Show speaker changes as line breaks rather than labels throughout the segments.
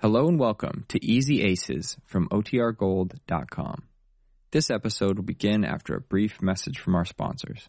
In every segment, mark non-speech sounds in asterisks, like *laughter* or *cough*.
Hello and welcome to Easy Aces from OTRGold.com. This episode will begin after a brief message from our sponsors.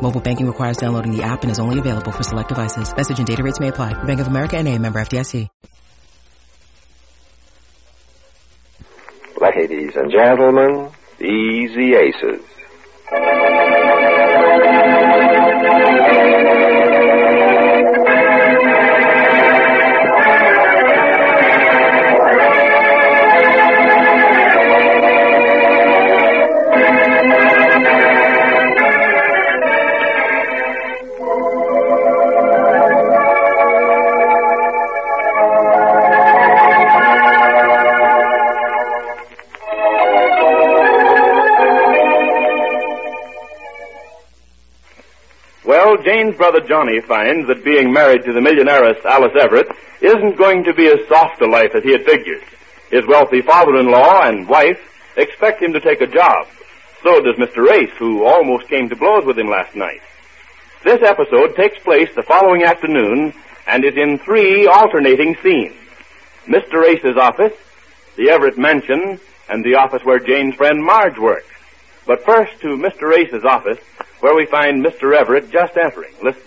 Mobile banking requires downloading the app and is only available for select devices. Message and data rates may apply. Bank of America and a member FDIC.
Ladies and gentlemen, Easy Aces.
Well, Jane's brother Johnny finds that being married to the millionairess Alice Everett isn't going to be as soft a life as he had figured. His wealthy father-in-law and wife expect him to take a job. So does Mr. Race, who almost came to blows with him last night. This episode takes place the following afternoon and is in three alternating scenes. Mr. Race's office, the Everett mansion, and the office where Jane's friend Marge works. But first to Mr. Race's office, where we find Mr. Everett just entering. Listen.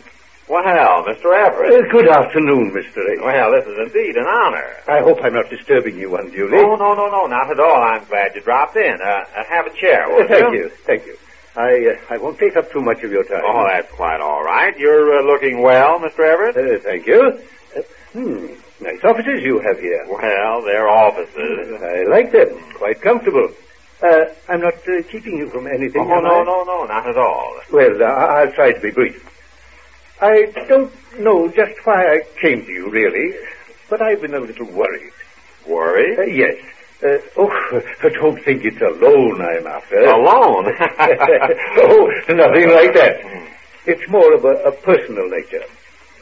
Well, Mr. Everett.
Uh, Good afternoon, Mr. Ace.
Well, this is indeed an honor.
I hope I'm not disturbing you unduly.
Oh, no, no, no, not at all. I'm glad you dropped in. Uh, uh, have a chair, will
Uh, Thank you, thank you. I uh, I won't take up too much of your time.
Oh, that's quite all right. You're uh, looking well, Mr. Everett.
Uh, thank you. Uh, hmm, nice offices you have here.
Well, they're offices.
I like them. Quite comfortable. Uh, I'm not uh, keeping you from anything.
Oh,
am
no,
I?
no, no, not at all.
Well, uh, I- I'll try to be brief. I don't know just why I came to you, really, but I've been a little worried.
Worried?
Uh, yes. Uh, oh, *laughs* don't think it's a loan I'm after.
Alone?
*laughs*
*laughs*
oh, nothing like that. It's more of a, a personal nature.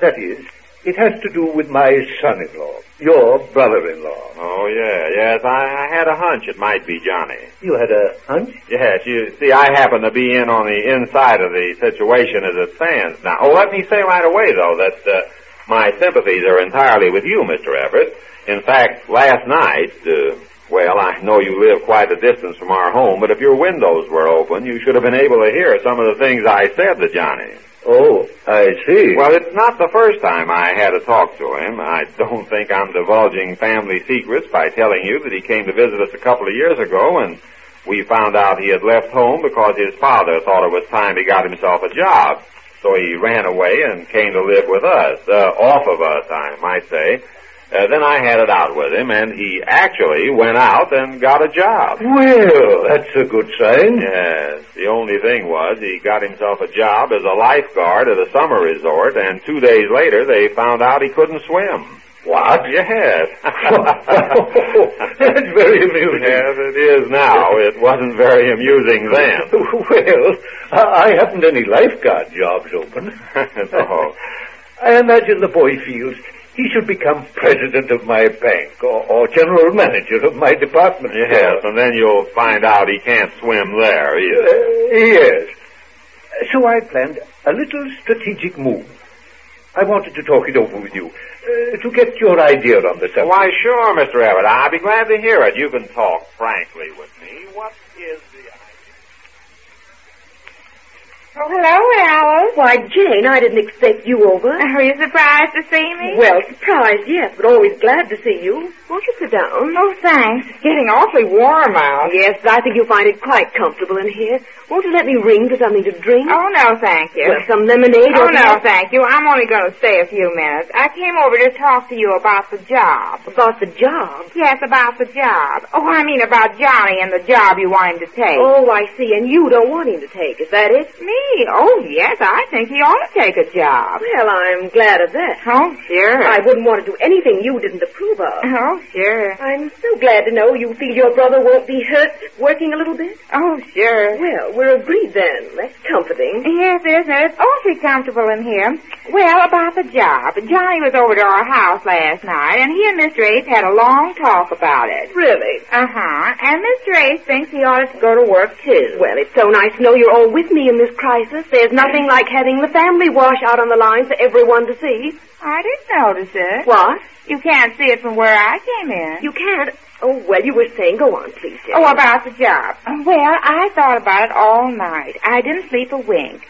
That is, it has to do with my son-in-law, your brother-in-law.
Oh, yeah, yes. I, I had a hunch it might be Johnny.
You had a hunch?
Yes, you see, I happen to be in on the inside of the situation as it stands now. Oh, let me say right away, though, that uh, my sympathies are entirely with you, Mr. Everett. In fact, last night, uh, well, I know you live quite a distance from our home, but if your windows were open, you should have been able to hear some of the things I said to Johnny.
Oh, I see.
Well, it's not the first time I had a talk to him. I don't think I'm divulging family secrets by telling you that he came to visit us a couple of years ago and we found out he had left home because his father thought it was time he got himself a job. So he ran away and came to live with us, uh, off of us, I might say. Uh, then I had it out with him and he actually went out and got a job.
Well, that's a good sign.
Yes. The only thing was he got himself a job as a lifeguard at a summer resort, and two days later they found out he couldn't swim.
What?
*laughs* Yes.
That's very amusing.
Yes, it is now. It wasn't very amusing *laughs* then.
well, I I haven't any lifeguard jobs open.
*laughs* no.
*laughs* I imagine the boy feels he should become president of my bank or, or general manager of my department.
Yes,
store.
and then you'll find out he can't swim there
Uh,
either.
yes. So I planned a little strategic move. I wanted to talk it over with you uh, to get your idea on the subject.
Why, sure, Mr. Everett. I'll be glad to hear it. You can talk frankly with me. What is the
Oh, hello, Alice.
Why, Jane, I didn't expect you over.
Are you surprised to see me?
Well, surprised, yes, but always glad to see you. Won't you sit down?
Oh, thanks. It's getting awfully warm out.
Yes, but I think you'll find it quite comfortable in here. Won't you let me ring for something to drink?
Oh, no, thank you.
Well, some lemonade or
Oh, no, thank you. I'm only going to stay a few minutes. I came over to talk to you about the job.
About the job.
Yes, about the job. Oh, I mean about Johnny and the job you want him to take.
Oh, I see. And you don't want him to take. Is that it?
Me? Oh, yes, I think he ought to take a job.
Well, I'm glad of that.
Oh, sure.
I wouldn't want to do anything you didn't approve of.
Oh, sure.
I'm so glad to know you feel your brother won't be hurt working a little bit.
Oh, sure.
Well, we're agreed then. That's comforting.
Yes, it is, and it's awfully comfortable in here. Well, about the job. Johnny was over to our house last night, and he and Mr. Ace had a long talk about it.
Really?
Uh-huh. And Mr. Ace thinks he ought to go to work, too.
Well, it's so nice to know you're all with me in this crisis. There's nothing like having the family wash out on the line for everyone to see.
I didn't notice it.
What?
You can't see it from where I came in.
You can't. Oh, well, you were saying. Go on, please, Jane.
Oh, about the job. Well, I thought about it all night. I didn't sleep a wink.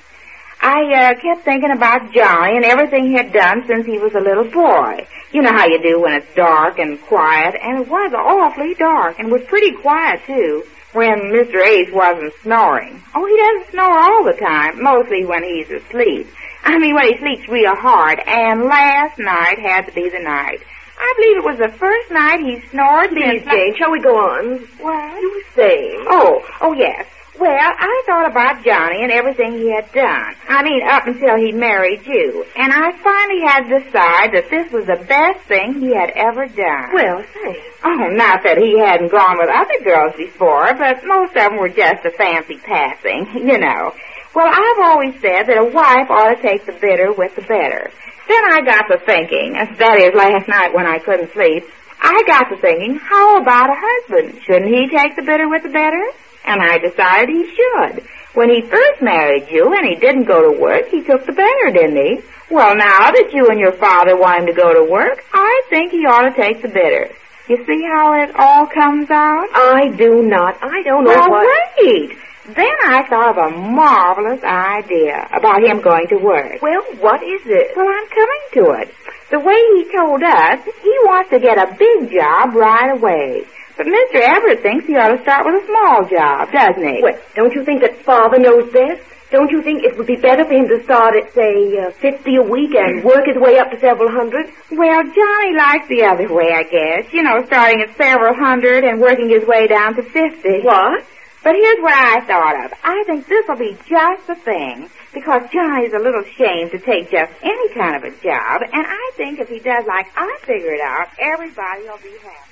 I uh, kept thinking about Johnny and everything he had done since he was a little boy. You know how you do when it's dark and quiet, and it was awfully dark and was pretty quiet too when Mr. Ace wasn't snoring. Oh, he doesn't snore all the time, mostly when he's asleep. I mean, when he sleeps real hard, and last night had to be the night. I believe it was the first night he snored
please,
since...
Jane. Shall we go on?
What?
You were saying.
Oh, oh yes. Well, I thought about Johnny and everything he had done. I mean, up until he married you. And I finally had decided that this was the best thing he had ever done.
Well, thanks.
Oh, not that he hadn't gone with other girls before, but most of them were just a fancy passing, *laughs* you know. Well, I've always said that a wife ought to take the bitter with the better. Then I got to thinking, that is last night when I couldn't sleep, I got to thinking, how about a husband? Shouldn't he take the bitter with the better? And I decided he should. When he first married you and he didn't go to work, he took the better, didn't he? Well, now that you and your father want him to go to work, I think he ought to take the bitter. You see how it all comes out?
I do not. I don't know Oh,
Well,
what.
wait. Then I thought of a marvelous idea about him going to work.
Well, what is it?
Well, I'm coming to it. The way he told us, he wants to get a big job right away. But Mr. Everett thinks he ought to start with a small job, doesn't he?
Well, don't you think that Father knows best? Don't you think it would be better for him to start at, say, uh, 50 a week and work his way up to several hundred?
Well, Johnny likes the other way, I guess. You know, starting at several hundred and working his way down to fifty.
What?
But here's what I thought of. I think this will be just the thing because Johnny's a little ashamed to take just any kind of a job, and I think if he does like I figure it out, everybody will be happy.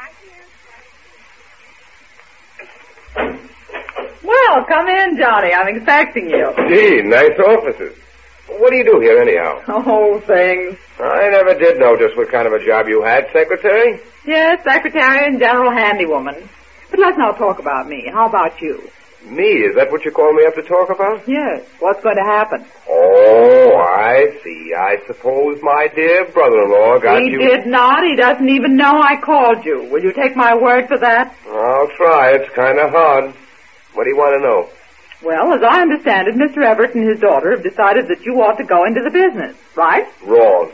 I hear-
Well, come in, Johnny. I'm expecting you.
Gee, nice offices. What do you do here, anyhow?
Oh, things.
I never did know just what kind of a job you had, Secretary.
Yes, secretary and general handywoman. But let's not talk about me. How about you?
Me, is that what you call me up to talk about?
Yes. What's going to happen?
Oh, I see. I suppose my dear brother-in-law got
he
you.
did not. He doesn't even know I called you. Will you take my word for that?
I'll try. It's kind of hard. What do you want to know?
Well, as I understand it, Mr. Everett and his daughter have decided that you ought to go into the business, right?
Wrong.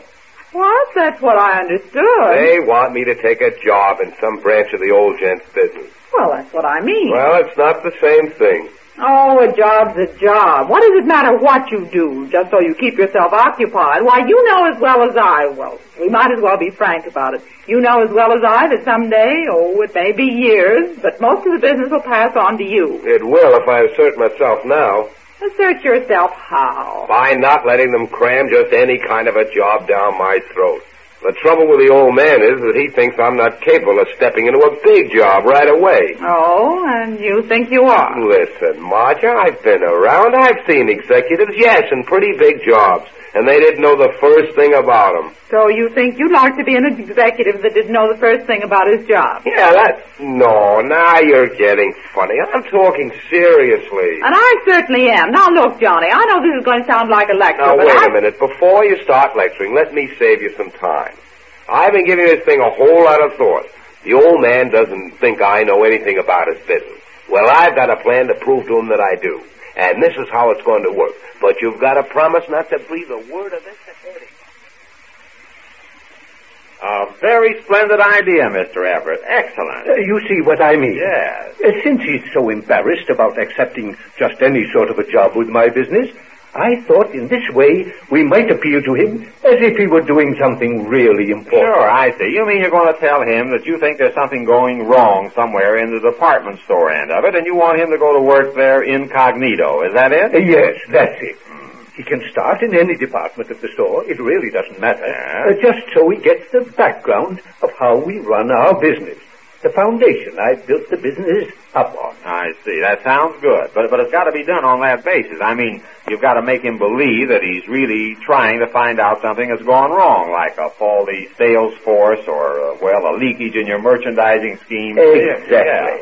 Well, that's what I understood.
They want me to take a job in some branch of the old gent's business.
Well, that's what I mean.
Well, it's not the same thing.
Oh, a job's a job. What does it matter what you do, just so you keep yourself occupied? Why, you know as well as I, well, we might as well be frank about it. You know as well as I that someday, oh, it may be years, but most of the business will pass on to you.
It will if I assert myself now
Assert yourself how?
by not letting them cram just any kind of a job down my throat. The trouble with the old man is that he thinks I'm not capable of stepping into a big job right away.
Oh, and you think you are.
Listen, Marja, I've been around. I've seen executives, yes, in pretty big jobs, and they didn't know the first thing about 'em.
So you think you'd like to be an executive that didn't know the first thing about his job.
Yeah, that. No, now you're getting funny. I'm talking seriously.
And I certainly am. Now look, Johnny, I know this is going to sound like a lecture,
Now,
but
wait
I...
a minute. Before you start lecturing, let me save you some time. I've been giving this thing a whole lot of thought. The old man doesn't think I know anything about his business. Well, I've got a plan to prove to him that I do. And this is how it's going to work. But you've got to promise not to breathe a word of this to Eddie. A very splendid idea, Mr. Everett. Excellent.
Uh, You see what I mean?
Yes.
Uh, Since he's so embarrassed about accepting just any sort of a job with my business, I thought in this way we might appeal to him as if he were doing something really important.
Sure, I see. You mean you're going to tell him that you think there's something going wrong somewhere in the department store end of it, and you want him to go to work there incognito. Is that
Uh,
it?
Yes, that's it. He can start in any department of the store. It really doesn't matter.
Yeah.
Uh, just so he gets the background of how we run our business. The foundation I built the business up on.
I see. That sounds good. But but it's got to be done on that basis. I mean, you've got to make him believe that he's really trying to find out something that's gone wrong, like a faulty sales force or, uh, well, a leakage in your merchandising scheme.
Exactly.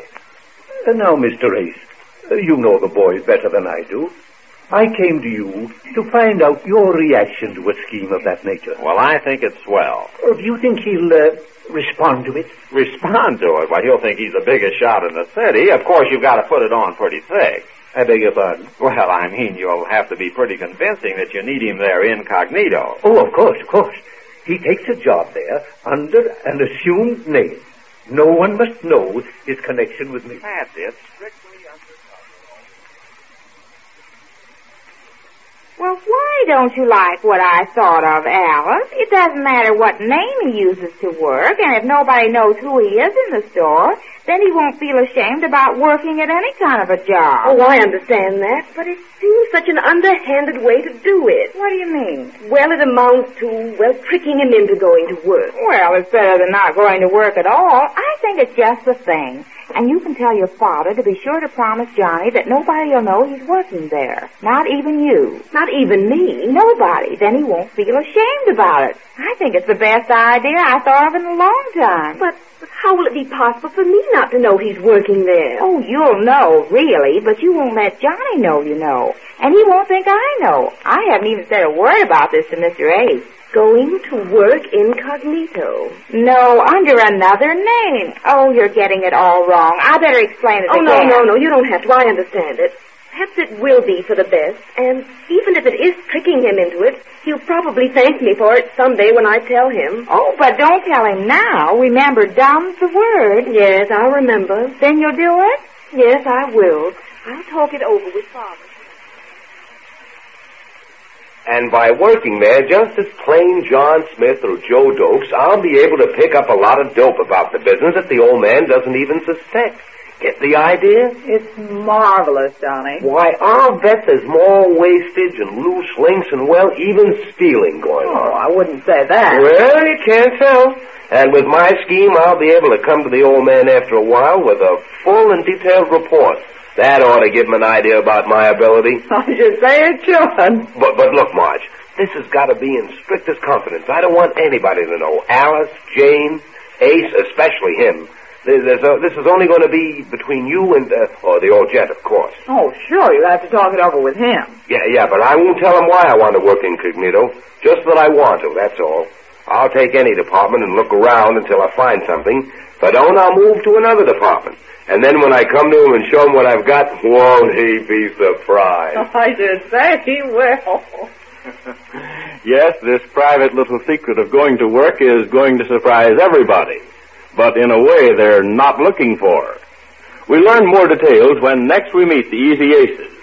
Uh, now, Mr. Ace, uh, you know the boy better than I do. I came to you to find out your reaction to a scheme of that nature.
Yeah. Well, I think it's swell.
Uh, do you think he'll uh, respond to it?
Respond to it. Why, he'll think he's the biggest shot in the city. Of course, you've got to put it on pretty thick.
I beg your pardon.
Well, I mean, you'll have to be pretty convincing that you need him there incognito.
Oh, of course, of course. He takes a job there under an assumed name. No one must know his connection with me.
That's it.
Well, why don't you like what I thought of, Alice? It doesn't matter what name he uses to work, and if nobody knows who he is in the store, then he won't feel ashamed about working at any kind of a job.
Oh, I understand that, but it seems such an underhanded way to do it.
What do you mean?
Well, it amounts to, well, tricking him into going to work.
Well, it's better than not going to work at all. I think it's just the thing. And you can tell your father to be sure to promise Johnny that nobody will know he's working there. Not even you.
Not even me.
Nobody. Then he won't feel ashamed about it. I think it's the best idea I thought of in a long time.
But, but how will it be possible for me not to know he's working there?
Oh, you'll know, really, but you won't let Johnny know you know. And he won't think I know. I haven't even said a word about this to Mr. Ace.
Going to work incognito.
No, under another name. Oh, you're getting it all wrong. I better explain it
Oh, no,
again.
no, no, you don't have to. I understand it. Perhaps it will be for the best, and even if it is tricking him into it, he'll probably thank me for it someday when I tell him.
Oh, but don't tell him now. Remember, dumb's the word.
Yes, I'll remember.
Then you'll do it?
Yes, I will. I'll talk it over with Father.
And by working there just as plain John Smith or Joe Dokes, I'll be able to pick up a lot of dope about the business that the old man doesn't even suspect. Get the idea?
It's marvelous, Johnny.
Why, I'll bet there's more wastage and loose links and, well, even stealing going
Oh,
on.
I wouldn't say that.
Well, you can't tell. And with my scheme, I'll be able to come to the old man after a while with a full and detailed report. That ought to give him an idea about my ability.
*laughs* I should say it should.
But, but look, Marge, this has got to be in strictest confidence. I don't want anybody to know. Alice, Jane, Ace, especially him. There- There's a, this is only going to be between you and, uh, or the old gent, of course.
Oh, sure, you'll have to talk it over with him.
Yeah, yeah, but I won't tell him why I want to work incognito. Just that I want to, that's all. I'll take any department and look around until I find something. If I don't, I'll move to another department. And then when I come to him and show him what I've got, won't he be surprised?
*laughs* I should say he will.
*laughs* Yes, this private little secret of going to work is going to surprise everybody, but in a way they're not looking for. We learn more details when next we meet the Easy Aces.